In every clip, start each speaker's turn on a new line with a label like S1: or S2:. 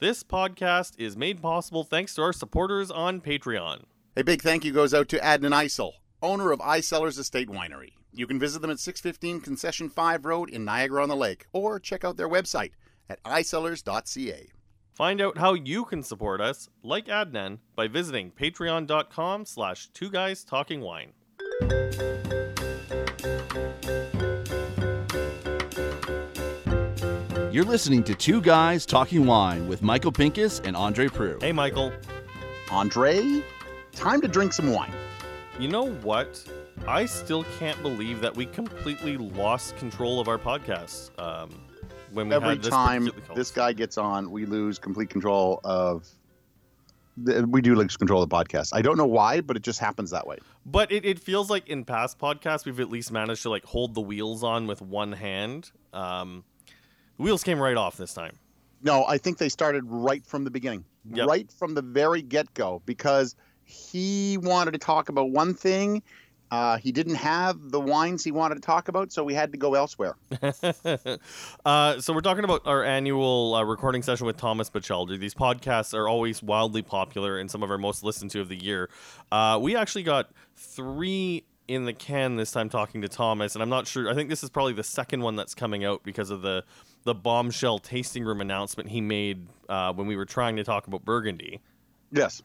S1: This podcast is made possible thanks to our supporters on Patreon.
S2: A big thank you goes out to Adnan Isel, owner of Isellers Estate Winery. You can visit them at 615 Concession 5 Road in Niagara on the Lake or check out their website at isellers.ca.
S1: Find out how you can support us, like Adnan, by visiting patreon.com slash two guys talking wine.
S3: You're listening to Two Guys Talking Wine with Michael Pincus and Andre Prue.
S1: Hey Michael,
S2: Andre, time to drink some wine.
S1: you know what? I still can't believe that we completely lost control of our podcast um, when we
S2: Every
S1: had this
S2: time
S1: particular-
S2: this guy gets on, we lose complete control of. th- We do lose control of the podcast. I don't know why, but it just happens that way.
S1: But it, it feels like in past podcasts we've at least managed to like hold the wheels on with one hand. Um, the wheels came right off this time.
S2: No, I think they started right from the beginning,
S1: Yep.
S2: right from the very get go, because he wanted to talk about one thing. Uh, he didn't have the wines he wanted to talk about, so we had to go elsewhere.
S1: uh, so we're talking about our annual uh, recording session with Thomas Bachelder. These podcasts are always wildly popular and some of our most listened to of the year. Uh, we actually got three in the can this time talking to Thomas, and I'm not sure. I think this is probably the second one that's coming out because of the the bombshell tasting room announcement he made uh, when we were trying to talk about Burgundy.
S2: Yes.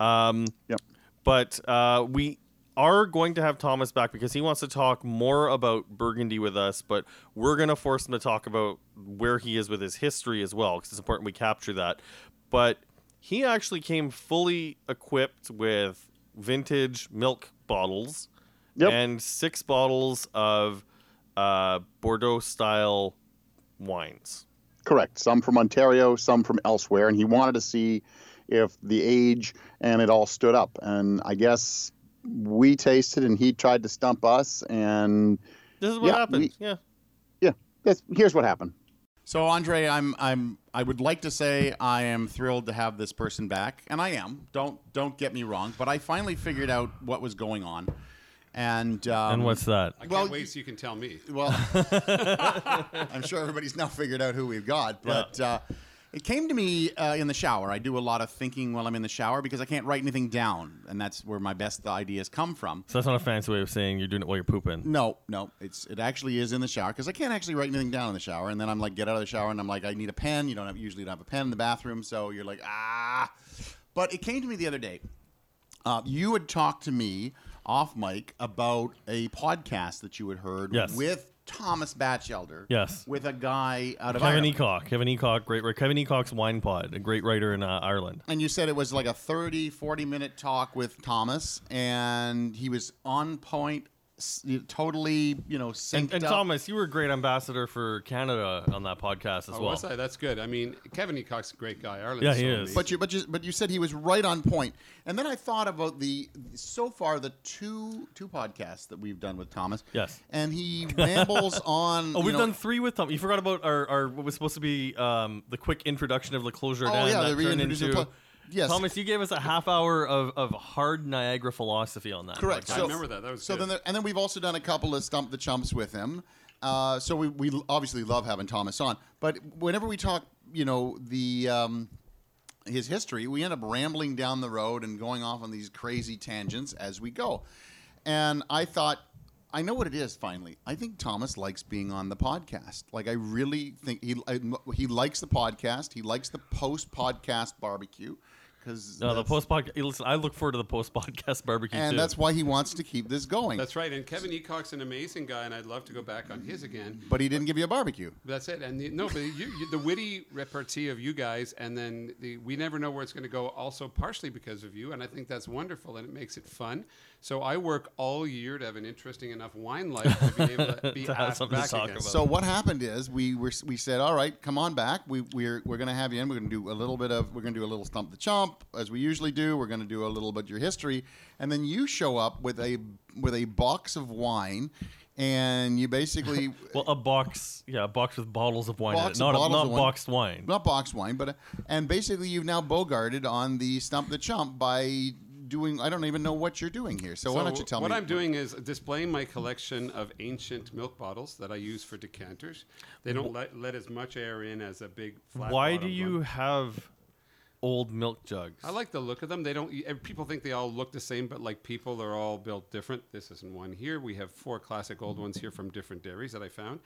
S1: Um,
S2: Yep.
S1: But uh, we are going to have Thomas back because he wants to talk more about Burgundy with us, but we're going to force him to talk about where he is with his history as well because it's important we capture that. But he actually came fully equipped with vintage milk bottles
S2: Yep.
S1: and six bottles of uh, Bordeaux style wines.
S2: Correct. Some from Ontario, some from elsewhere, and he wanted to see if the age and it all stood up. And I guess we tasted, and he tried to stump us, and
S1: This is what
S2: Yeah,
S1: happened.
S2: we-
S1: yeah.
S2: that's, here's what happened.
S4: So Andre, I'm I'm I would like to say I am thrilled to have this person back, and I am. Don't don't get me wrong, but I finally figured out what was going on, and um,
S1: And what's that?
S5: I
S4: Well,
S5: can't wait so you can tell me.
S4: well, I'm sure everybody's now figured out who we've got, but uh, it came to me uh, in the shower. I do a lot of thinking while I'm in the shower because I can't write anything down, and that's where my best ideas come from.
S1: So that's not a fancy way of saying you're doing it while you're pooping.
S4: No, no, it's it actually is in the shower because I can't actually write anything down in the shower, and then I'm like, get out of the shower, and I'm like, I need a pen. You don't have, usually don't have a pen in the bathroom, so you're like, ah. But it came to me the other day. Uh, you had talked to me off mic about a podcast that you had heard
S1: Yes.
S4: with Thomas Batchelder.
S1: Yes.
S4: with a guy out of
S1: Kevin
S4: Ireland.
S1: Eacock, Kevin Eacock, great Kevin Eacock's Wine Pod, a great writer in uh, Ireland.
S4: and you said it was like a 30 40 minute talk with thomas and he was on point s- totally you know synced
S1: And, and
S4: up.
S1: Thomas, you were a great ambassador for Canada on that podcast as
S5: Oh,
S1: well.
S5: was I? That's good. I mean, Kevin Eacock's a great guy. Ireland's
S1: Yeah, he
S5: so
S1: is.
S5: amazing.
S4: But you, but you, but you said he was right on point. And then I thought about the so far the two two podcasts that we've done with Thomas.
S1: Yes.
S4: And he rambles on.
S1: Oh,
S4: you
S1: we've
S4: know-
S1: done three with Tom. You forgot about our, our what was supposed to be um, the quick introduction of the closure.
S4: Oh,
S1: Dan
S4: yeah,
S1: that
S4: the
S1: turned
S4: reintroduction
S1: into-
S4: of Pla- yes.
S1: Thomas, you gave us a half hour of, of hard Niagara philosophy on that.
S4: correct.
S1: podcast.
S4: So,
S5: remember that. That was
S4: so
S5: good.
S4: then there, and then we've also done a couple of stump the chumps with him. Uh, so we we obviously love having Thomas on, but whenever we talk, you know the. Um, his history, we end up rambling down the road and going off on these crazy tangents as we go. And I thought, I know what it is. Finally, I think Thomas likes being on the podcast. Like I really think he I- he likes the podcast. He likes the post podcast barbecue because
S1: No, Uh, the post podcast. Listen, I look forward to the post podcast barbecue
S4: and
S1: too.
S4: that's why he wants to keep this going.
S5: That's right. And Kevin Eacock's an amazing guy, and I'd love to go back on his again.
S4: but he didn't give you a barbecue.
S5: That's it. And the, no, but you, you, the witty repartee of you guys, and then the, we never know where it's going to go. Also, partially because of you, and I think that's wonderful, and it makes it fun. So I work all year to have an interesting enough wine life to be able to be
S1: To have
S5: asked
S1: something to
S5: back
S1: talk
S5: again.
S1: about.
S4: So what happened is we were we said, all right, come on back. We we're we're gonna have you in. We're gonna do a little bit of we're gonna do a little stump the chump as we usually do. We're gonna do a little bit your history, and then you show up with a with a box of wine, and you basically
S1: well, a box, yeah, a box with bottles of wine, in
S4: Box
S1: it.
S4: of
S1: not a,
S4: bottles
S1: not
S4: of wine.
S1: boxed wine.
S4: not box wine, but and basically you've now bogarted on the stump the chump by doing? I don't even know what you're doing here. So, why don't you tell
S5: what
S4: me?
S5: I'm doing is displaying my collection of ancient milk bottles that I use for decanters. They don't let, let as much air in as a big flat.
S1: Why do
S5: bottom
S1: you
S5: one.
S1: have old milk jugs?
S5: I like the look of them. They don't. eh, People think they all look the same, but like people are all built different. This isn't one here. We have four classic old ones here from different dairies that I found,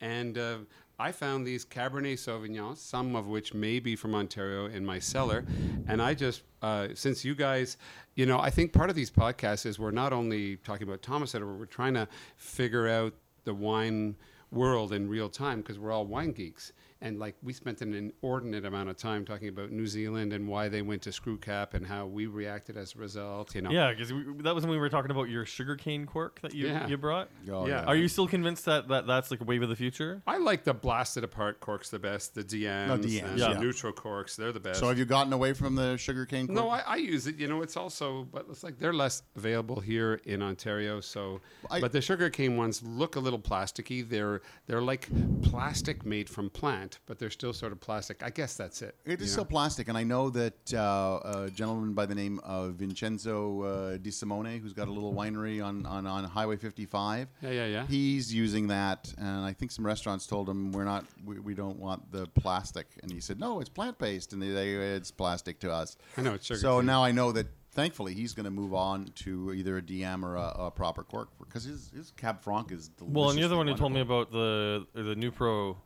S5: and uh, I found these Cabernet Sauvignons, some of which may be from Ontario, in my cellar. And I just, uh, since you guys, you know, I think part of these podcasts is we're not only talking about Thomas Edward, we're trying to figure out the wine world in real time because we're all wine geeks. And like we spent an inordinate amount of time talking about New Zealand and why they went to screw cap and how we reacted as a result. You know,
S1: yeah, because that was when we were talking about your sugarcane cork that you,
S5: Yeah.
S1: you brought.
S4: Oh,
S5: Yeah.
S1: Are you still convinced that, that that's like a wave of the future?
S5: I like the blasted apart corks the best. The DMs,
S4: No, DMs,
S5: and
S4: yeah.
S5: the neutral corks, they're the best.
S4: So have you gotten away from the sugarcane?
S5: no,
S4: cork?
S5: I, I use it. You know, it's also, but it's like they're less available here in Ontario. So,
S4: I-
S5: but the sugarcane ones look a little plasticky. They're they're like plastic made from plant, but they're still sort of plastic. I guess that's it.
S4: It
S5: you
S4: is still
S5: know?
S4: plastic, and I know that uh, a gentleman by the name of Vincenzo uh, Di Simone, who's got a little winery on, on, on Highway 55.
S5: Yeah, yeah, yeah.
S4: He's using that, and I think some restaurants told him we're not, we, we don't want the plastic, and he said no, it's plant based, and they, they it's plastic to us.
S5: I know, it's sugar
S4: So
S5: free.
S4: now I know that. Thankfully, he's going to move on to either a DM or a, a proper cork because his, his Cab Franc is delicious.
S1: Well, and you're the one who told me about the the new pro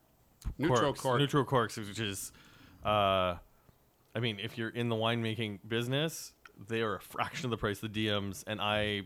S5: Neutral
S1: corks,
S5: cork.
S1: neutral corks, which is, uh, I mean, if you're in the winemaking business, they are a fraction of the price of the DMs, and I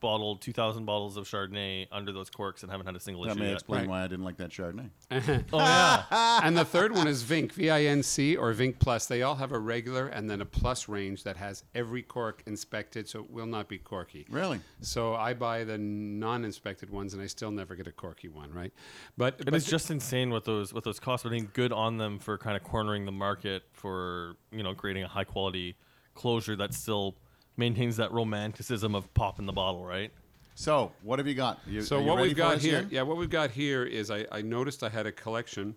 S1: bottled 2,000 bottles of Chardonnay under those corks and haven't had a single
S4: That
S1: issue
S4: may
S1: yet.
S4: explain
S5: Right.
S4: why I didn't like that Chardonnay.
S1: Oh yeah,
S5: and the third one is Vink, V I N C or Vink Plus. They all have a regular and then a plus range that has every cork inspected, so it will not be corky.
S4: Really?
S5: So I buy the non-inspected ones, and I still never get a corky one, right? But,
S1: It
S5: but
S1: is just insane what those what those costs. But I think good on them for kind of cornering the market for you know creating a high quality closure that still maintains that romanticism of pop in the bottle, right?
S4: So, what have you got? You,
S5: so
S4: are you
S5: what
S4: ready
S5: we've
S4: for
S5: got
S4: us
S5: here,
S4: Ian?
S5: yeah, what we've got here is I, I noticed I had a collection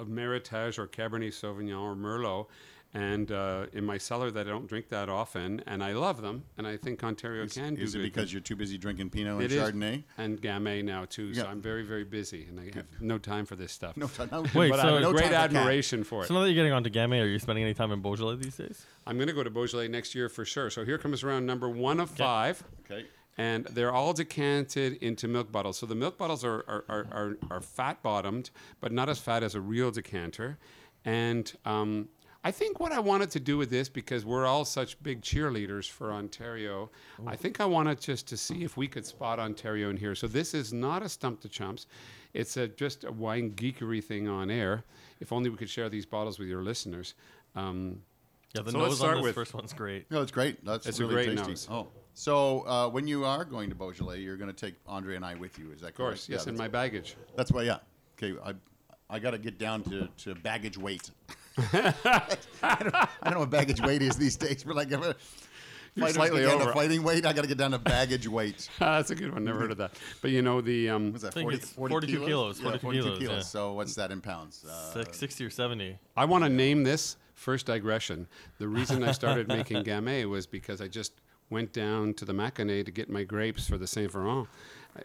S5: of Meritage or Cabernet Sauvignon or Merlot. And uh, in my cellar, that I don't drink that often, and I love them, and I think Ontario can do
S4: Is it
S5: good
S4: because you're too busy drinking Pinot and
S5: It is.
S4: Chardonnay?
S5: and Gamay now too. So
S4: Yeah.
S5: I'm very very busy and I have no time for this stuff.
S4: No, t- no.
S1: Wait,
S5: but
S1: so-
S5: I have
S1: No
S5: great
S4: time for cat.
S5: admiration for it.
S1: So now that you're getting onto Gamay, are you spending any time in Beaujolais these days?
S5: I'm going to go to Beaujolais next year for sure. So here comes round number one of five.
S4: Okay.
S5: And they're all decanted into milk bottles. So the milk bottles are, are, are, are, are fat bottomed, but not as fat as a real decanter. And um, I think what I wanted to do with this, because we're all such big cheerleaders for Ontario, I think I wanted just to see if we could spot Ontario in here. So this is not a stump to chumps. It's a, just a wine geekery thing on air. If only we could share these bottles with your listeners. Um,
S1: Yeah, the
S5: So let's
S1: nose
S5: start
S1: on this
S5: with-
S1: first one's great.
S4: No, it's great. That's
S5: It's a
S4: really
S5: great
S4: tasty.
S5: nose.
S4: Oh, so uh, when you are going to Beaujolais, you're going to take Andre and I with you. Is that
S5: Of course, yes, in my baggage.
S4: That's why, yeah. Okay, I, I got to get down to, to baggage weight. I, don't, I don't know what baggage weight is these days, but like if I- if I
S5: just
S4: slightly
S5: began
S4: over
S5: to-
S4: fighting weight, I got to get down to baggage weight.
S5: That's a good one. Never heard of that. But you know the um,
S4: What's that?
S1: think
S4: 40,
S1: it's 42 kilos,
S4: Yeah,
S1: 42
S4: 42
S1: kilos, yeah.
S4: So what's that in pounds? Uh,
S1: Six, 60 or 70.
S5: I want to name this first digression. The reason I started making Gamay was because I just went down to the Macanay to get my grapes for the Saint Veron.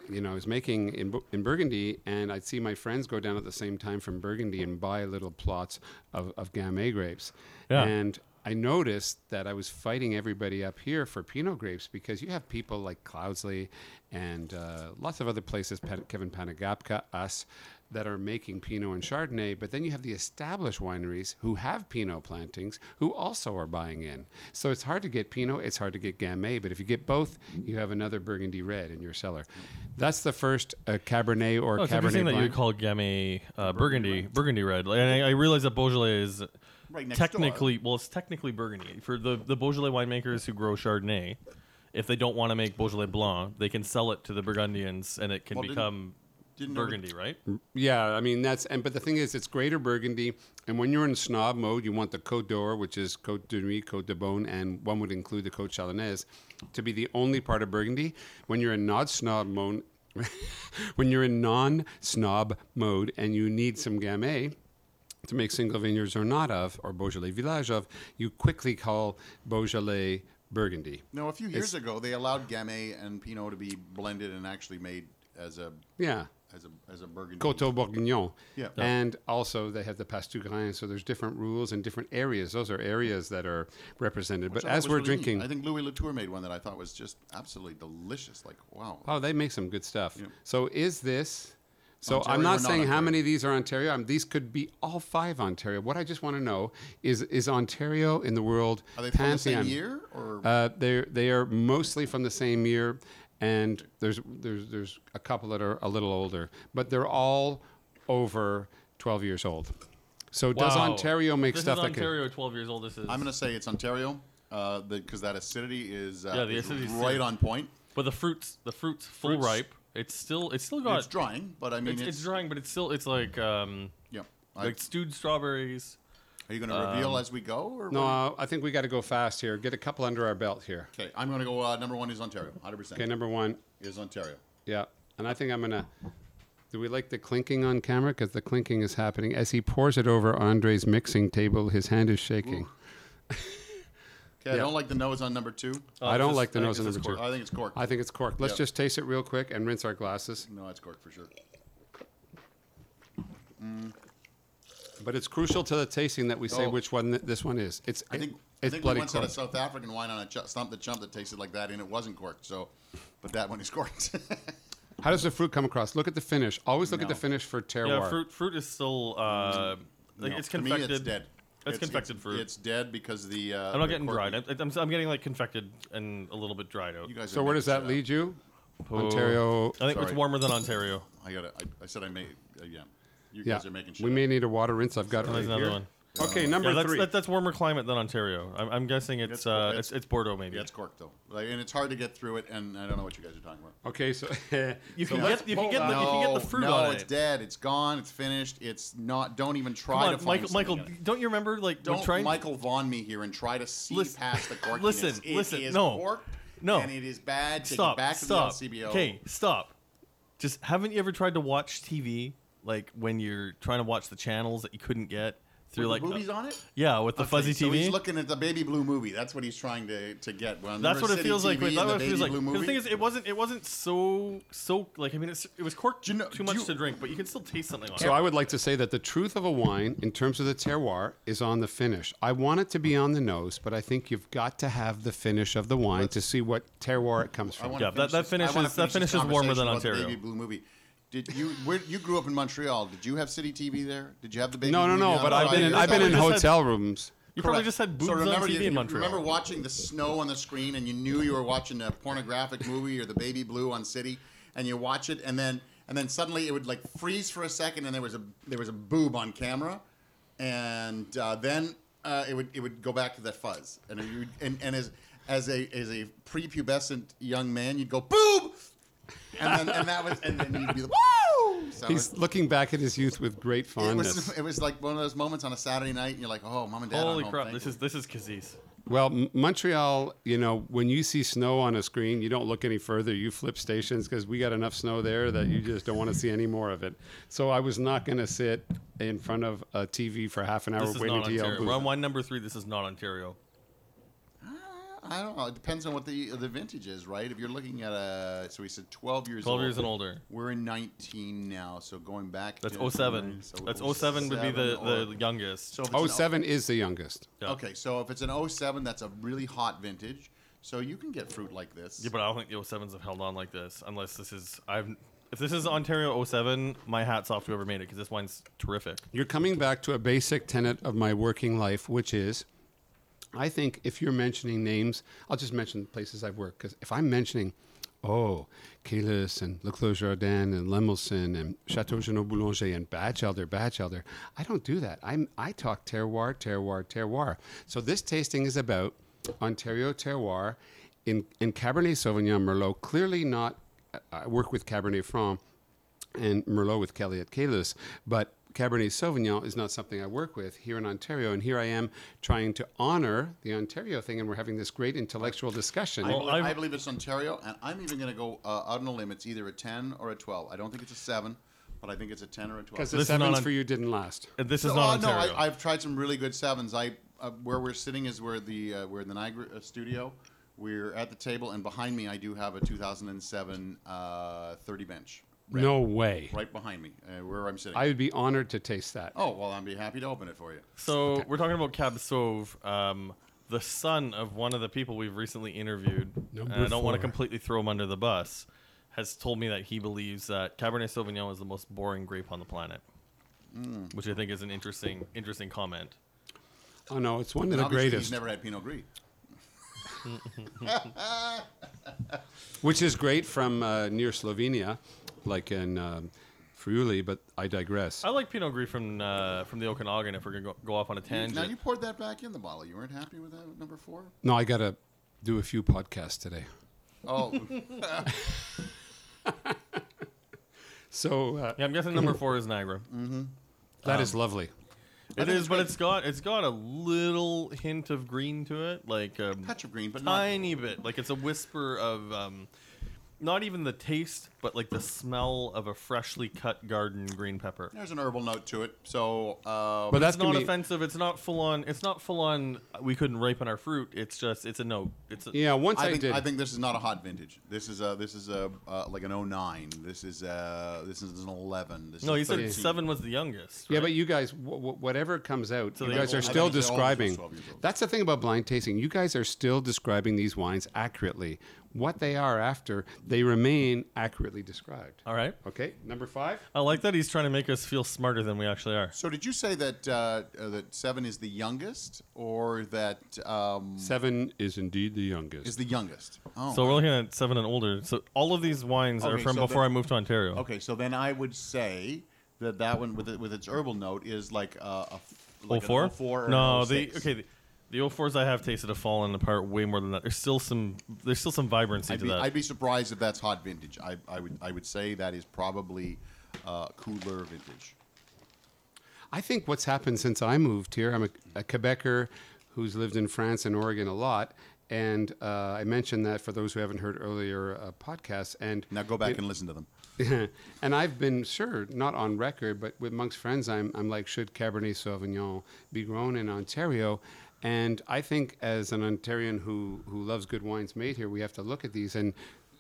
S5: You know, I was making in, Bu- in Burgundy, and I'd see my friends go down at the same time from Burgundy and buy little plots of, of Gamay grapes.
S1: Yeah.
S5: And I noticed that I was fighting everybody up here for Pinot grapes because you have people like Cloudsley and uh, lots of other places, Pat- Kevin Panagapka, us, that are making Pinot and Chardonnay. But then you have the established wineries who have Pinot plantings who also are buying in. So it's hard to get Pinot, it's hard to get Gamay. But if you get both, you have another Burgundy Red in your cellar. That's the first uh, Cabernet or
S1: Oh, it's
S5: Cabernet
S1: interesting that you
S5: Blanc.
S1: call Gamay uh, Burgundy, Burgundy red. Like, And I, I realize that Beaujolais is
S4: Right next door.
S1: technically, well, it's technically Burgundy. For the, the Beaujolais winemakers who grow Chardonnay, if they don't want to make Beaujolais Blanc, they can sell it to the Burgundians and it can
S4: Well, didn't-
S1: become
S4: didn't know-
S1: Burgundy, right?
S5: Yeah, I mean that's and but the thing is, it's Greater Burgundy, and when you're in snob mode, you want the Côte d'Or, which is Côte de Nuit, Côte de Beaune, and one would include the Côte Chalonnaise, to be the only part of Burgundy. When you're in non snob mode, when you're in non snob mode, and you need some Gamay, to make single vineyards or not of, or Beaujolais Village of, you quickly call Beaujolais Burgundy.
S4: No, a few years ago they allowed Gamay and Pinot to be blended and actually made as a
S5: Yeah.
S4: as a as a Burgundy.
S5: Coteau Bourguignon.
S4: Yeah. Yeah.
S5: And also they have the Pastu Grain, so there's different rules in different areas. Those are areas that are represented.
S4: Which
S5: but
S4: I thought
S5: as
S4: was
S5: we're
S4: really neat.
S5: drinking,
S4: I think Louis Latour made one that I thought was just absolutely delicious. Like wow,
S5: oh, they make some good stuff. So is this? So
S4: Ontario
S5: I'm
S4: or
S5: not
S4: not
S5: saying how
S4: Ontario?
S5: many of these are Ontario. Um, these could be all five Ontario. What I just want to know is is Ontario in the world
S4: are they from the
S5: pantheon?
S4: same year or?
S5: Uh, they they are mostly from the same year, and there's there's there's a couple that are a little older, but they're all over 12 years old. So does
S1: Wow.
S5: Ontario make
S1: this
S5: stuff
S1: is
S5: that can?
S1: Ontario 12 years old. This is.
S4: I'm gonna say it's Ontario, because that acidity is uh,
S1: Yeah, the
S4: is
S1: acidity's
S4: right
S1: there.
S4: on point.
S1: but the fruits, the fruits full
S4: Fruits.
S1: ripe. It's still, it's still got.
S4: it's drying, but I mean
S1: it's,
S4: it's,
S1: it's drying, but it's still, it's like, um,
S4: Yeah. I-
S1: like um, stewed strawberries.
S4: are you gonna reveal as we go or?
S5: No, uh, I think we got to go fast here. Get a couple under our belt here.
S4: Okay, I'm gonna go. Uh, number one is Ontario. 100 percent
S5: Okay, number one,
S4: is Ontario.
S5: yeah, and I think I'm gonna. Do we like the clinking on camera? Because the clinking is happening as he pours it over Andre's mixing table. His hand is shaking.
S4: Okay, I don't like the nose on number two.
S5: I
S1: Oh,
S5: don't
S1: this-
S5: like the
S1: I think
S5: nose of
S1: this
S5: number
S1: is
S5: two.
S4: I think it's cork.
S5: I think it's cork. Let's
S4: Yeah.
S5: just taste it real quick and rinse our glasses.
S4: no, it's cork for sure.
S5: But it's crucial to the tasting that we say
S4: Oh.
S5: which one th- this one is. It's
S4: I think I
S5: it's
S4: think we
S5: bloody
S4: once had a
S5: cork.
S4: South African wine on a ch- stump the chump that tasted like that, and it wasn't corked. So, but that one is corked.
S5: How does the fruit come across? Look at the finish. Always look at the
S4: No.
S5: finish for terroir.
S1: Yeah, fruit, fruit is still, uh, like
S4: Mm. No,
S1: it's
S4: to me,
S1: confected.
S4: it's dead.
S1: It's confected fruit.
S4: It's dead because the. Uh,
S1: I'm not
S4: the
S1: getting
S4: cork-
S1: dried. I, I'm, I'm getting like confected and a little bit dried out.
S4: You guys
S5: So
S4: are
S5: where does
S4: making
S5: that
S4: shit
S5: lead you? Ontario.
S1: I think
S4: Sorry.
S1: it's warmer than Ontario.
S4: up. I got it. I, I said I made. Uh, yeah, you
S5: Yeah,
S4: guys are making. Shit
S5: we
S4: up.
S5: may need a water rinse. I've got it
S1: There's
S5: right
S1: another
S5: here.
S1: one.
S5: Okay, number
S1: Yeah, that's,
S5: three.
S1: that, that's warmer climate than Ontario. I'm, I'm guessing it's,
S4: It's-
S1: uh,
S4: it's-
S1: it's, it's Bordeaux maybe.
S4: Yeah, it's corked though, like, and it's hard to get through it. And I don't know what you guys are talking about.
S5: okay, so
S1: You
S5: so
S1: can
S5: let's
S1: get- you can
S5: pull
S1: get
S5: that.
S1: the- if you get
S4: No,
S1: fruit
S4: no,
S1: on
S4: it's
S1: it.
S4: dead. It's gone. It's finished. It's not. Don't even
S1: Come
S4: try to
S1: on,
S4: find
S1: Michael,
S4: something
S1: Michael,
S4: in it.
S1: don't you remember like we're
S4: Don't
S1: trying?
S4: Michael Vaughn me here and try to see
S1: Listen-
S4: past the corkiness.
S1: listen,
S4: It
S1: listen,
S4: is
S1: no,
S4: corked,
S1: no.
S4: and it is bad. Take
S1: stop,
S4: it back
S1: stop.
S4: to the LCBO.
S1: Okay, stop. Just haven't you ever tried to watch TV like when you're trying to watch the channels that you couldn't get through
S4: With
S1: like uh,
S4: the movies on it.
S1: yeah with the fuzzy
S4: so
S1: TV?
S4: He's looking at the baby blue movie. That's what he's trying to, to get. Well,
S1: That's
S4: River
S1: what it
S4: City
S1: feels like.
S4: TV
S1: With,
S4: and
S1: that's
S4: the
S1: what it
S4: baby
S1: feels like.
S4: blue
S1: 'Cause The
S4: movie.
S1: thing is, it wasn't. It wasn't so so like. I mean, it's, it was corked
S4: Do you know-
S1: too much
S4: do you-
S1: to drink, but you can still taste something on it.
S5: So I would like to say that the truth of a wine, in terms of the terroir, is on the finish. I want it to be on the nose, but I think you've got to have the finish of the wine to see what terroir it comes
S4: I
S5: from.
S4: wanna
S1: Yeah, that- that
S4: this- I wanna
S1: finishes- that
S4: finish this
S1: finishes warmer than
S4: conversation about the
S1: Ontario.
S4: Baby blue movie. Did you where you grew up in Montreal? Did you have city TV there? Did you have the baby?
S5: No, no,
S4: blue
S5: no.
S4: movie on?
S5: But
S4: Oh,
S5: I've been
S4: you
S5: in,
S4: just
S5: I've been
S4: had-
S5: in
S1: just had-
S5: hotel rooms.
S1: You probably
S4: Correct.
S1: just had boobs
S4: so
S1: on
S4: remember,
S1: TV
S4: you,
S1: in
S4: you
S1: Montreal.
S4: Remember watching the snow on the screen, and you knew you were watching a pornographic movie or the baby blue on City, and you watch it, and then and then suddenly it would like freeze for a second, and there was a there was a boob on camera, and uh, then uh, it would it would go back to that fuzz, and you would- and, and as as a as a prepubescent young man, you'd go boob, and then and that was and then you'd be like woo. So
S5: He's looking back at his youth with great
S4: it
S5: fondness.
S4: was, it was like one of those moments on a Saturday night, and you're like, "Oh, mom and dad."
S1: Holy
S4: are home,
S1: crap!
S4: thank
S1: This
S4: you.
S1: is this is Kazis.
S5: Well, M- Montreal, you know, when you see snow on a screen, you don't look any further. You flip stations because we got enough snow there that you just don't want to see any more of it. So I was not going to sit in front of a TV for half an hour
S1: This is
S5: waiting
S1: not
S5: to yell.
S1: Ontario.
S5: boo.
S1: We're on wine number three. This is not Ontario.
S4: I don't know. It depends on what the the vintage is, right? If you're looking at a, so we said 12 years
S1: 12
S4: old.
S1: years and older.
S4: We're in 19 now, so going back.
S1: That's
S4: to-
S1: 07.
S4: so oh
S1: That's 07 would be the,
S4: or-
S1: the youngest.
S4: So if it's an
S5: Oh,
S4: o-
S5: seven is the youngest.
S1: Yeah.
S4: Okay, so if it's an 07, that's a really hot vintage. So you can get fruit like this.
S1: Yeah, but I don't think the 07s have held on like this unless this is I've if this is Ontario 07, my hat's off to whoever made it because this wine's terrific.
S5: You're coming back to a basic tenet of my working life, which is I think if you're mentioning names, I'll just mention places I've worked. Because if I'm mentioning, oh, Caylus and Le Clos Jardin and Lemelson and Chateau Genot Boulanger and Batch Elder, Batch Elder, I don't do that. I'm, I talk terroir, terroir, terroir. So this tasting is about Ontario terroir in, in Cabernet Sauvignon Merlot, clearly not, uh, I work with Cabernet Franc and Merlot with Kelly at Caylus, but Cabernet Sauvignon is not something I work with here in Ontario, and here I am trying to honor the Ontario thing, and we're having this great intellectual discussion.
S4: I, believe,
S1: I've-
S4: I believe it's Ontario, and I'm even going to go uh, out on a limb. It's either a 10 or a 12. I don't think it's a 7, but I think it's a 10 or a 12.
S5: Because the
S1: This is not
S5: sevens
S1: on-
S5: for you didn't last.
S1: And This is
S4: So,
S1: not
S4: uh,
S1: Ontario.
S4: No, I, I've tried some really good sevens. I uh, where we're sitting is where the uh, where the Niagara uh, studio We're at the table, and behind me, I do have a 2007 uh, 30 bench
S5: No way.
S4: right behind me, uh, where I'm sitting.
S5: I would be honored to taste that.
S4: oh well, I'd be happy to open it for you.
S1: So we're talking about Kabsov, um, the son of one of the people we've recently interviewed.
S5: Number
S1: and I don't want to
S5: four.
S1: completely throw him under the bus. Has told me that he believes that Cabernet Sauvignon is the most boring grape on the planet,
S4: Mm.
S1: which I think is an interesting, interesting comment.
S5: Oh no, it's one of the
S4: Obviously,
S5: greatest.
S4: He's never had Pinot Gris.
S5: which is great from uh, near Slovenia, like in um, Friuli. But I digress.
S4: Oh.
S1: I like Pinot Gris from uh, from the Okanagan. If we're gonna go, go off on a
S4: Now you
S1: tangent,
S4: poured that back in the bottle. You weren't happy with that number four?
S5: No, I gotta do a few podcasts today.
S4: Oh,
S5: So uh,
S1: yeah, I'm guessing number four is Niagara.
S5: that is lovely.
S1: It
S4: Mm. think
S1: is,
S4: it's
S1: but
S4: great.
S1: it's got it's got a little hint of green to it, like um, a
S4: touch of green, but not.
S1: tiny bit. Like it's a whisper of um, not even the taste, but like the smell of a freshly cut garden green pepper.
S4: There's an herbal note to it. So, uh,
S5: But that's
S1: It's not
S5: gonna be
S1: offensive. It's not full on. It's not full on. We couldn't ripen our fruit. It's just it's a note. It's a,
S5: yeah. Once I,
S4: I think
S5: did,
S4: I think this is not a hot vintage. This is a this is a uh, like an 09. This is a this is an 11. This
S1: no.
S4: is
S1: You
S4: a
S1: said
S4: 13.
S1: seven was the youngest.
S5: Yeah,
S1: right?
S5: but you guys, w- w- whatever comes out, you
S1: they-
S5: guys
S1: I
S5: are
S1: think
S5: still
S4: they're all twelve years
S5: describing.
S4: old.
S5: That's the thing about blind tasting. You guys are still describing these wines accurately. What they are after, they remain accurately described.
S1: all right.
S5: Okay, number five.
S1: I like that he's trying to make us feel smarter than we actually are.
S4: So did you say that uh, uh, that seven is the youngest, or that um,
S5: Seven is indeed the youngest.
S4: is the youngest? Oh,
S1: So we're looking at seven and older. So all of these wines are
S4: Okay,
S1: from
S4: so
S1: before
S4: the-
S1: I moved to Ontario.
S4: okay. So then I would say that that one with it, with its herbal note is like a, a
S1: Oh
S4: like an
S1: four?
S4: 04 or oh an
S1: no, the
S4: 06.
S1: okay. The, the 04s I have tasted have fallen apart way more than that. There's still some. There's still some vibrancy
S4: I'd
S1: to
S4: be,
S1: that.
S4: I'd be surprised if that's hot vintage. I, I would I would say that is probably uh, cooler vintage.
S5: I think what's happened since I moved here, I'm a, a Quebecer who's lived in France and Oregon a lot. And uh, I mentioned that for those who haven't heard earlier uh, podcasts. And
S4: Now go back and listen to them.
S5: and I've been sure, not on record, but with Monk's friends, I'm, I'm like, should Cabernet Sauvignon be grown in Ontario? And I think as an Ontarian who, who loves good wines made here, we have to look at these. And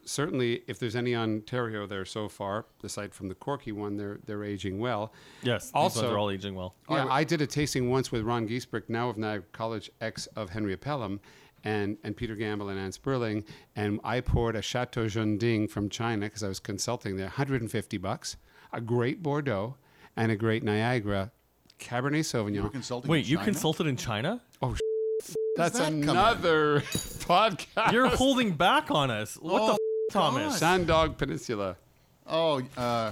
S5: certainly, if there's any Ontario there so far, aside from the Corky one, they're, they're aging well.
S1: yes, these ones
S5: also-
S1: are all aging well.
S5: Yeah, I did a tasting once with Ron Giesbrick, now of Niagara College, ex of Henry Pelham, and, and Peter Gamble and Anne Sperling. And I poured a Chateau Jonding from China because I was consulting there, 150 bucks, a great Bordeaux, and a great Niagara Cabernet Sauvignon.
S4: Consulting
S1: Wait,
S4: in
S1: you
S4: China?
S1: consulted in China?
S5: That's
S4: that come in?
S5: another podcast.
S1: You're holding back on us. What the f- Thomas?
S5: Sandog Peninsula.
S4: Oh, uh,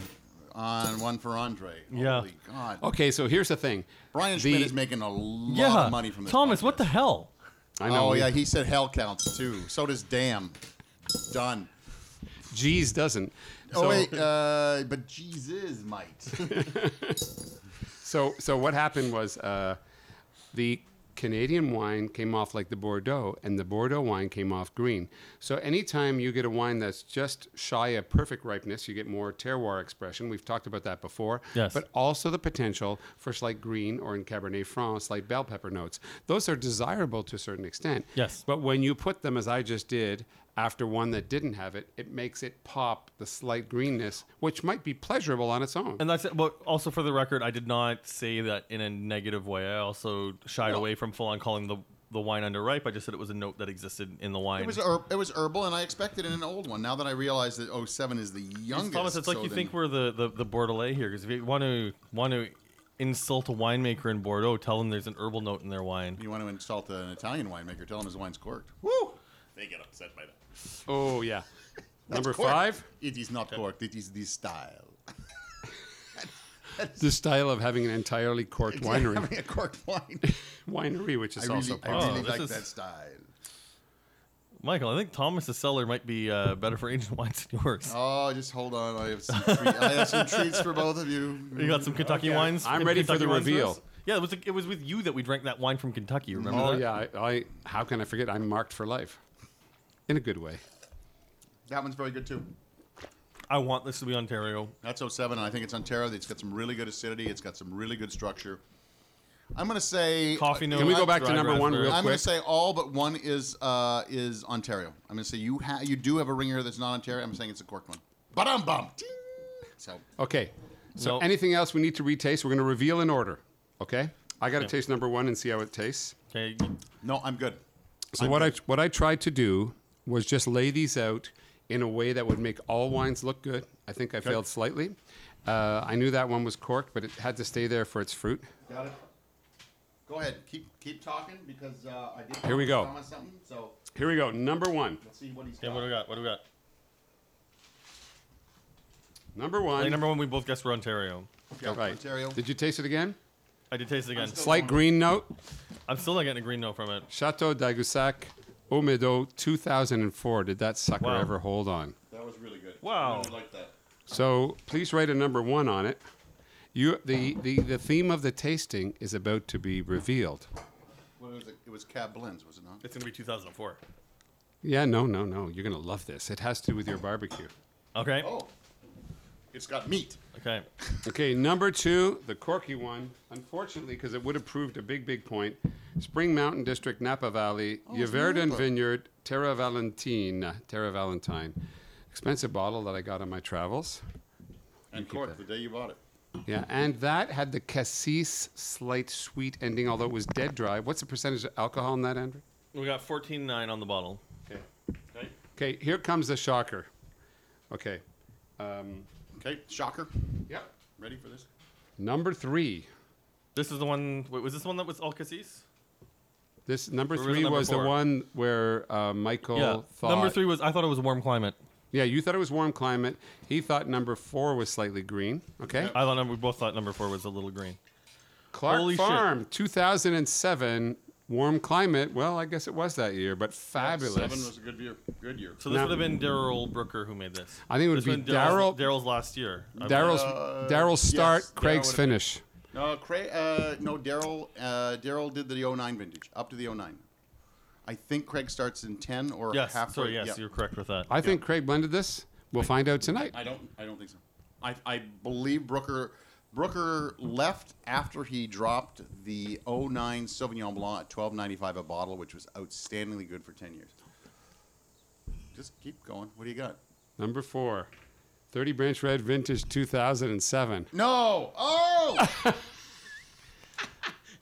S4: on one for Andre.
S1: Yeah. Oh,
S4: Holy God.
S5: Okay, so here's the thing.
S4: Brian
S5: The-
S4: Schmidt is making a lot
S1: Yeah,
S4: of money from this.
S1: Thomas. What
S4: podcast.
S1: the hell?
S5: I know.
S4: oh
S5: we-
S4: yeah, he said hell counts too. So does damn. Done.
S5: G's doesn't.
S4: Oh
S5: So-
S4: wait, uh, but Jesus might.
S5: So, so what happened was uh, the Canadian wine came off like the Bordeaux, and the Bordeaux wine came off green. So, anytime you get a wine that's just shy of perfect ripeness, you get more terroir expression. We've talked about that before.
S1: Yes.
S5: But also the potential for slight green or in Cabernet Franc, slight bell pepper notes. Those are desirable to a certain extent.
S1: Yes.
S5: But when you put them, as I just did, after one that didn't have it, it makes it pop the slight greenness, which might be pleasurable on its own.
S1: And that's it. But also for the record, I did not say that in a negative way. I also shied away from full on calling the the wine underripe. I just said it was a note that existed in the wine.
S4: It was herb, it was herbal, and I expected it in an old one. Now that I realize that 07 is the youngest.
S1: Thomas, it's like
S4: so
S1: you
S4: then-
S1: think we're the, the, the Bordelais here, because if you want to want to insult a winemaker in Bordeaux, tell them there's an herbal note in their wine.
S4: You want to insult an Italian winemaker? Tell him his wine's corked.
S6: They get upset by that.
S5: Oh, yeah. Number
S4: Corked.
S5: five.
S4: It is not corked. It is the style.
S5: the style of having an entirely corked winery,
S4: Having a corked wine.
S5: winery, which
S4: I
S5: is also
S4: really, I
S5: part.
S1: Oh,
S4: really
S1: this
S4: like
S1: is-
S4: that style.
S1: Michael, I think Thomas's cellar might be uh, better for ancient wines than yours.
S4: Oh, just hold on. I have some, tre- I have some treats for both of you.
S1: You got some Kentucky wines.
S5: I'm
S1: Any
S5: ready for
S1: Kentucky
S5: the
S1: wines
S5: reveal.
S1: us? Yeah, it was it was with you that we drank that wine from Kentucky. you Remember
S5: Oh
S1: that?
S5: yeah, I, I how can I forget? I'm marked for life, in a good way.
S4: That one's very good too. oh
S1: I want this to be Ontario.
S4: That's 07, and I think it's Ontario. It's got some really good acidity. It's got some really good structure. I'm going to say. uh,
S1: Coffee note.
S5: Can we go back to
S1: dried
S5: number one
S1: raspberry.
S5: real
S4: I'm going
S5: quick?
S4: to say all but one is uh, is Ontario. I'm going to say you ha- you do have a ringer that's not Ontario. I'm saying it's a Cork one. But I'm bum. Ting. So
S5: Okay. So
S1: Nope.
S5: anything else we need to retaste? We're going to reveal in order. Okay. I got to taste number one and see how it tastes.
S1: Okay.
S4: no, I'm good.
S5: So what I what I tried to do was just lay these out in a way that would make all wines look good. I think I failed slightly. Uh, I knew that one was corked, but it had to stay there for its fruit.
S4: Got it. Go ahead. Keep keep talking because uh, I did.
S5: Here we go.
S4: promise Something, so
S5: Here we go. Number one.
S4: let's see what he's
S1: Okay,
S4: got.
S1: what do we got? What do we got?
S5: Number
S1: I
S5: one.
S1: think number one, we both guessed we're Ontario.
S4: Okay,
S5: right.
S4: Ontario.
S5: Did you taste it again?
S1: I did taste it again.
S5: Slight green note.
S1: I'm still not getting a green note from it.
S5: Chateau d'Agusac, Omido, 2004. Did that sucker
S1: Wow.
S5: ever hold on?
S4: That was really good.
S1: Wow.
S4: I really like that.
S5: So please write a number one on it. You, the, the, the theme of the tasting is about to be revealed.
S4: What was it? It was Cab Blends, was it not?
S1: It's gonna be 2004.
S5: Yeah, no, no, no. You're going to love this. It has to do with your barbecue.
S1: Okay.
S4: Oh, it's got meat.
S1: Okay.
S5: Okay, number two, the corky one. Unfortunately, because it would have proved a big, big point. Spring Mountain District, Napa Valley, Yverdon
S4: Napa.
S5: Vineyard, Terra Valentina, Terra Valentine. Expensive bottle that I got on my travels.
S4: And Cork, the day you bought it.
S5: Yeah, and that had the cassis slight sweet ending, although it was dead dry. What's the percentage of alcohol in that, Andrew?
S1: We got 14.9 on the bottle.
S5: Okay. Okay, here comes the shocker. Okay. Um,
S4: Okay, shocker.
S5: yeah.
S4: Ready for this?
S5: Number three.
S1: This is the one. Wait, was this the one that was all cassis?
S5: This number
S1: Or was it
S5: three
S1: number
S5: was
S1: four?
S5: the one where uh, Michael thought.
S1: Number three was I thought it was warm climate.
S5: Yeah, you thought it was warm climate. He thought number four was slightly green. Okay.
S4: Uh,
S1: I thought number, we both thought number four was a little green.
S5: Clark
S1: Holy shit.
S5: Farm, 2007, warm climate. Well, I guess it was that year, but fabulous.
S4: Seven was a good year. Good year.
S1: So this
S5: Now-
S1: would have been Daryl Brooker who made this.
S5: I think it would
S1: This
S5: be
S1: would've been Daryl's-
S5: Daryl-
S1: Daryl's last year. I believe.
S5: Daryl's Daryl's start,
S4: Uh, yes, Daryl
S5: Craig's
S4: would've been-
S5: finish.
S4: No, Cra- uh, no, Daryl. Uh, Daryl did the 09 vintage, up to the 09. I think Craig starts in 10 or
S1: Yes.
S4: halfway.
S1: Sorry. Yes,
S4: yeah.
S1: you're correct with that.
S5: I think Craig blended this. We'll find out tonight.
S4: I don't. I don't think so. I, I believe Brooker. Brooker left after he dropped the 09 Sauvignon Blanc at 12.95 a bottle, which was outstandingly good for 10 years. Just keep going. What do you got?
S5: Number four, 30 Branch Red Vintage 2007.
S4: No! Oh!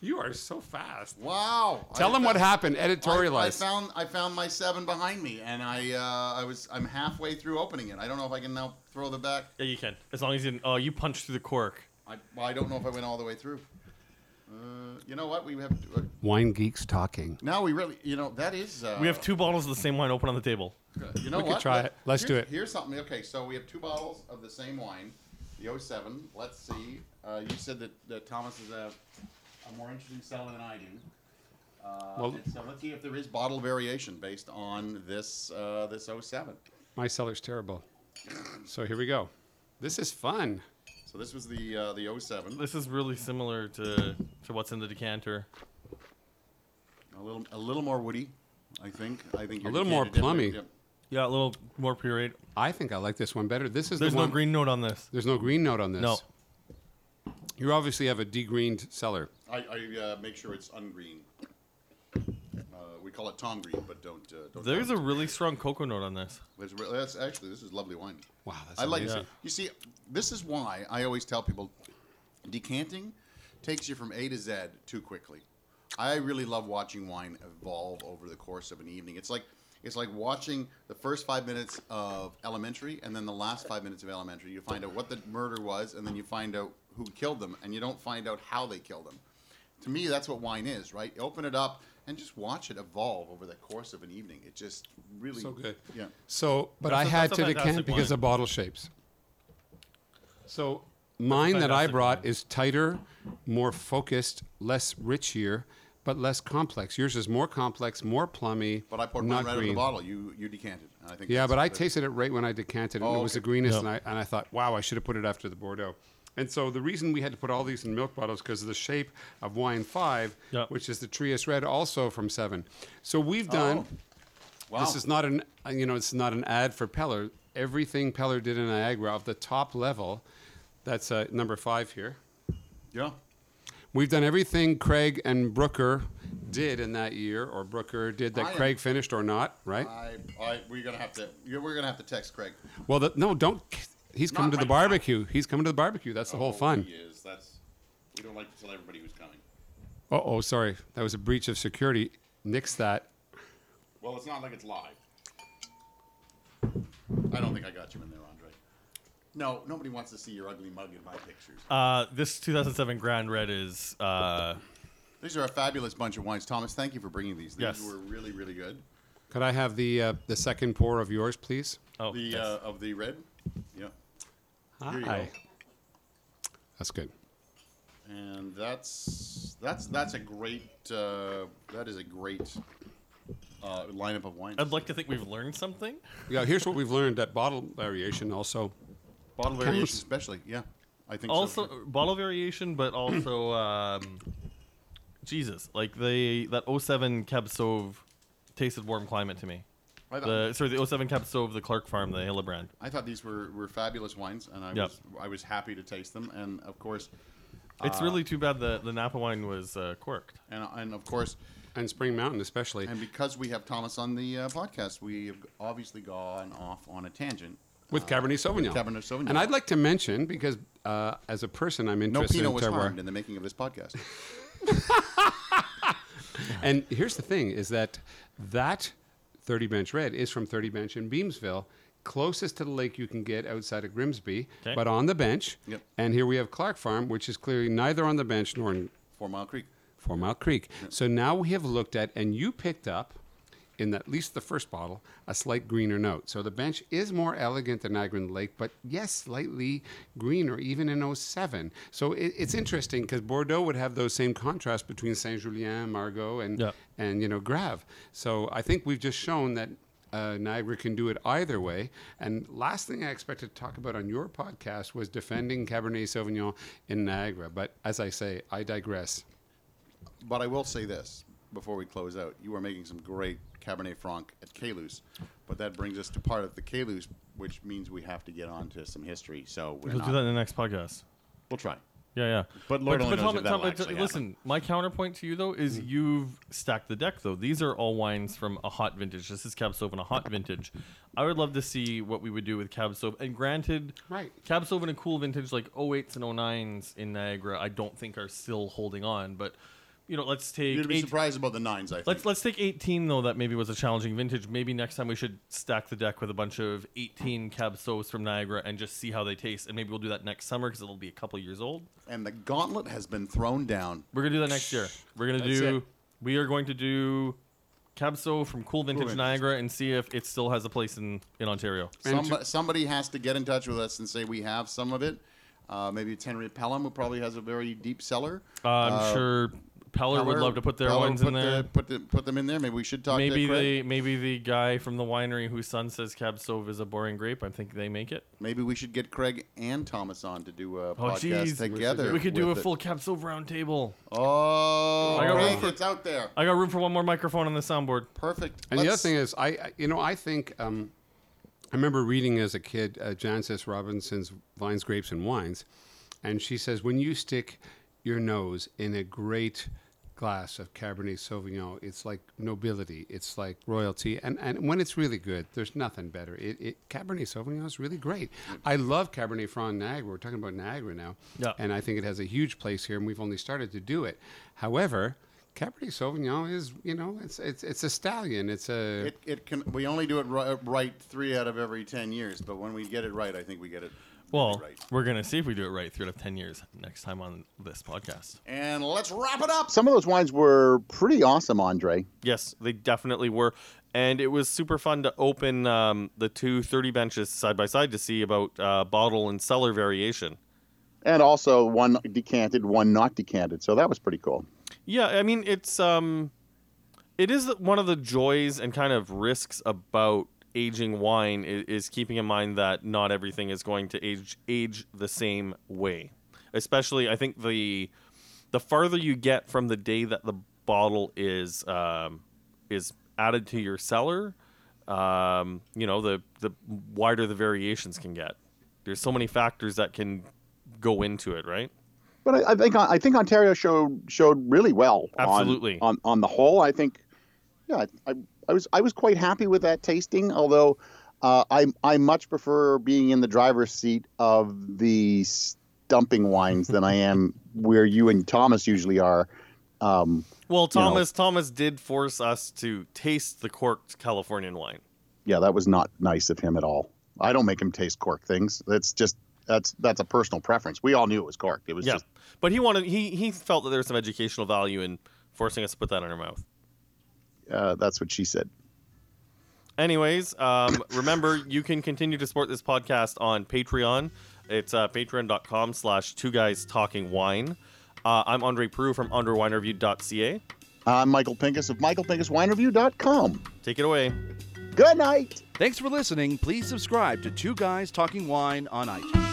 S5: You are so fast.
S4: wow!
S5: Tell
S4: I
S5: them what
S4: found-
S5: happened.
S4: I, I
S5: Editorialize.
S4: found I found my seven behind me, and I uh, I was I'm halfway through opening it. I don't know if I can now throw the back.
S1: Yeah, you can. As long as you didn't. Oh, you punched through the cork.
S4: I, well, I don't know if I went all the way through. Uh, you know what? We have to, uh,
S5: Wine geeks talking.
S4: now. We really, you know, that is. Uh,
S1: We have two bottles of the same wine open on the table.
S4: You know
S5: We could
S4: what?
S5: try it. Let's
S4: here's,
S5: do it.
S4: Here's something. Okay, so we have two bottles of the same wine, the 07. Let's see. Uh, you said that, that Thomas is a, a more interesting seller than I do. Uh,
S5: Well-
S4: and so let's see if there is bottle variation based on this uh, this 07.
S5: My cellar's terrible. So here we go. This is fun.
S4: So this was the uh, the 07.
S1: This is really similar to to what's in the decanter.
S4: A little a little more woody, I think. I think
S5: A
S4: your
S5: little more
S4: decanted
S5: plummy.
S4: different-
S1: Yeah, a little more pureed.
S5: I think I like this one better. This is
S1: There's
S5: the
S1: no
S5: one.
S1: green note on this.
S5: There's no green note on this.
S1: No.
S5: You obviously have a degreened cellar.
S4: yep. I, I uh, make sure it's ungreen. Uh, we call it Tom Green, but don't uh, don't.
S1: There's a really strong cocoa note on this.
S4: That's, re- that's actually this is lovely wine.
S5: Wow, that's
S4: I like.
S5: amazing.
S1: Yeah.
S4: You see, this is why I always tell people, decanting takes you from A to Z too quickly. I really love watching wine evolve over the course of an evening. It's like it's like watching the first five minutes of Elementary and then the last five minutes of Elementary. You find out what the murder was, and then you find out who killed them, and you don't find out how they killed them. To me, that's what wine is, right? You open it up and just watch it evolve over the course of an evening. It just really
S5: So good.
S4: Yeah.
S5: So, but
S1: That's
S5: I
S1: a-
S5: had
S1: that's a
S5: to decant
S1: fantastic
S5: because
S1: wine.
S5: of bottle shapes. So mine that I
S1: fantastic
S5: brought
S1: wine.
S5: is tighter, more focused, less rich here, but less complex. Yours is more complex, more plummy.
S4: But I poured mine
S5: not
S4: right out of
S5: green.
S4: the bottle. You you decanted. And I think
S5: Yeah,
S4: that's-
S5: but I
S4: that's-
S5: tasted it right when I decanted it, and
S4: Oh,
S5: it was
S4: okay.
S5: the greenest, and, I, and I thought, wow, I should have put it after the Bordeaux. And so the reason we had to put all these in milk bottles because of the shape of wine five,
S1: Yeah.
S5: which is the Trias Red, also from seven. So we've
S4: Oh,
S5: done. This is not an uh, you know it's not an ad for Peller. Everything Peller did in Niagara of the top level, that's uh, number five here.
S4: Yeah.
S5: We've done everything Craig and Brooker did in that year, or Brooker did that
S4: I am-
S5: Craig finished or not, right?
S4: I, I, we're gonna have to. You're, we're gonna have to text Craig.
S5: well, the, no, don't. He's coming to the barbecue. He's coming to the barbecue.
S4: Oh,
S5: That's the whole fun.
S6: He is. That's. We don't like to tell everybody who's coming.
S5: Uh oh, sorry. That was a breach of security. Nix that.
S6: Well, it's not like it's live.
S4: I don't think I got you in there, Andre. No, nobody wants to see your ugly mug in my pictures.
S1: Uh, this 2007 Grand Red is uh,
S4: These are a fabulous bunch of wines, Thomas. Thank you for bringing these. These
S1: Yes.
S4: were really, really good.
S5: Could I have the uh, the second pour of yours, please?
S1: oh
S4: The
S1: yes.
S4: uh, of the red. Yeah. Here you
S5: Hi.
S4: go.
S5: That's good.
S4: And that's that's that's a great uh, that is a great uh, lineup of wines.
S1: I'd like to think we've learned something.
S5: Yeah, here's what we've learned at bottle variation also.
S4: Bottle variation, especially. Yeah, I think so,
S1: Also,
S4: too.
S1: bottle variation, but also um, Jesus, like the that 07 Cab Sauv tasted warm climate to me.
S4: I thought,
S1: The oh sorry, the 07 Cab Sauv, the Clark Farm, the Hillebrand.
S4: I thought these were, were fabulous wines, and I
S1: Yep.
S4: was I was happy to taste them. And of course,
S1: It's
S4: Uh,
S1: really too bad the the Napa wine was uh, corked.
S4: and and of course,
S5: And Spring Mountain, especially.
S4: and because we have Thomas on the uh, podcast, we have obviously gone off on a tangent.
S5: with Cabernet Sauvignon.
S4: uh, Cabernet Sauvignon.
S5: And I'd like to mention, because uh, as a person, I'm
S4: No
S5: interested
S4: Pinot
S5: in
S4: was
S5: terroir.
S4: harmed in the making of this podcast.
S5: And here's the thing: is that that 30 Bench Red is from 30 Bench in Beamsville, closest to the lake you can get outside of Grimsby,
S1: Okay.
S5: but on the bench.
S4: Yep.
S5: And here we have Clark Farm, which is clearly neither on the bench nor in
S4: Four Mile Creek.
S5: Four Mile Creek. So now we have looked at, and you picked up, in at least the first bottle, a slight greener note. So the bench is more elegant than Niagara Lake, but yes, slightly greener, even in 07. So it, it's interesting because Bordeaux would have those same contrasts between Saint Julien, Margaux, and
S1: Yeah.
S5: and you know Grave. So I think we've just shown that. Uh, Niagara can do it either way. And last thing I expected to talk about on your podcast was defending Cabernet Sauvignon in Niagara. But as I say, I digress.
S4: But I will say this before we close out: you are making some great Cabernet Franc at Caluce, but that brings us to part of the Caluce, which means we have to get on to some history. So we're
S1: We'll
S4: not,
S1: do that in the next podcast.
S4: We'll try.
S1: Yeah, yeah.
S4: But Lord only knows
S1: Tom-
S4: if that'll
S1: Tom-
S4: actually Mm.
S1: listen, my counterpoint to you though is you've stacked the deck though. These are all wines from a hot vintage. This is Cab Sauv and a hot vintage. I would love to see what we would do with Cab Sauv. And granted,
S5: Right.
S1: Cab Sauv and a cool vintage like 08s and 09s in Niagara, I don't think are still holding on. But you know, let's take
S4: You'd be
S1: eight-
S4: surprised about the nines. I think.
S1: Let's let's take 18 though. That maybe was a challenging vintage. Maybe next time we should stack the deck with a bunch of 18 Cab Sauvs from Niagara and just see how they taste. And maybe we'll do that next summer because it'll be a couple years old.
S4: and the gauntlet has been thrown down.
S1: We're gonna do that next year. We're gonna
S5: That's
S1: do.
S5: it.
S1: We are going to do Cab Sauv from Cool Vintage Niagara and see if it still has a place in in Ontario.
S5: And
S4: Some, somebody has to get in touch with us and say we have some of it. Uh, maybe it's Henry Pelham, who probably has a very deep cellar.
S1: Uh, I'm sure Peller, would love to put their
S4: Pelham
S1: ones
S4: put
S1: in there.
S4: The, put, the, put them in there. Maybe we should talk
S1: maybe
S4: to
S1: the
S4: Craig.
S1: maybe the guy from the winery whose son says Cab Sauv is a boring grape. I think they make it.
S4: Maybe we should get Craig and Thomas on to do a
S1: Oh,
S4: podcast
S1: jeez.
S4: together.
S1: We could do a
S4: with it.
S1: full Cab Sauv round table.
S4: Oh,
S1: I got room
S4: Craig,
S1: for-
S4: it's out there.
S1: I got room for one more microphone on the soundboard.
S4: Perfect.
S5: And the other
S4: Let's-
S5: thing is, I I- you know I think um, I remember reading as a kid uh, Jan S. Robinson's Vines, Grapes, and Wines, and she says when you stick your nose in a great glass of Cabernet Sauvignon, it's like nobility, it's like royalty, and and when it's really good, there's nothing better. It, it Cabernet Sauvignon is really great. I love Cabernet Franc Niagara. We're talking about Niagara now,
S1: Yeah.
S5: and I think it has a huge place here, and we've only started to do it. However. Cabernet Sauvignon is, you know, it's it's it's a stallion. It's a
S4: It, it can. We only do it ri- right three out of every ten years, but when we get it right, I think we get it really
S1: Well,
S4: right.
S1: we're gonna see if we do it right three out of ten years next time on this podcast.
S4: And let's wrap it up.
S2: Some of those wines were pretty awesome, Andre.
S1: Yes, they definitely were. And it was super fun to open um, the two 30 benches side by side to see about uh, bottle and cellar variation.
S2: And also one decanted, one not decanted. So that was pretty cool.
S1: Yeah, I mean it's um it is one of the joys and kind of risks about aging wine is, is keeping in mind that not everything is going to age age the same way. Especially I think the the farther you get from the day that the bottle is um, is added to your cellar, um, you know, the the wider the variations can get. There's so many factors that can go into it, right?
S4: But I, I think I think Ontario showed showed really well. on-
S1: Absolutely.
S4: On, on the whole, I think, yeah, I, I was I was quite happy with that tasting. Although, uh, I I much prefer being in the driver's seat of the stumping wines than I am where you and Thomas usually are. Um,
S1: Well,
S4: you know.
S1: Thomas Thomas did force us to taste the corked Californian wine.
S4: yeah, that was not nice of him at all. I don't make him taste cork things. That's just that's that's a personal preference. We all knew it was corked. It was
S1: yeah,
S4: just
S1: but he wanted he he felt that there was some educational value in forcing us to put that in our mouth.
S4: uh, that's what she said.
S1: Anyways, um, remember you can continue to support this podcast on Patreon. It's uh, patreon.com slash two guys talking wine. Uh, I'm Andre Prue from underwinereview.ca.
S4: I'm Michael Pincus of michaelpincuswinereview.com.
S1: Take it away.
S4: Good night.
S3: Thanks for listening. Please subscribe to Two Guys Talking Wine on iTunes.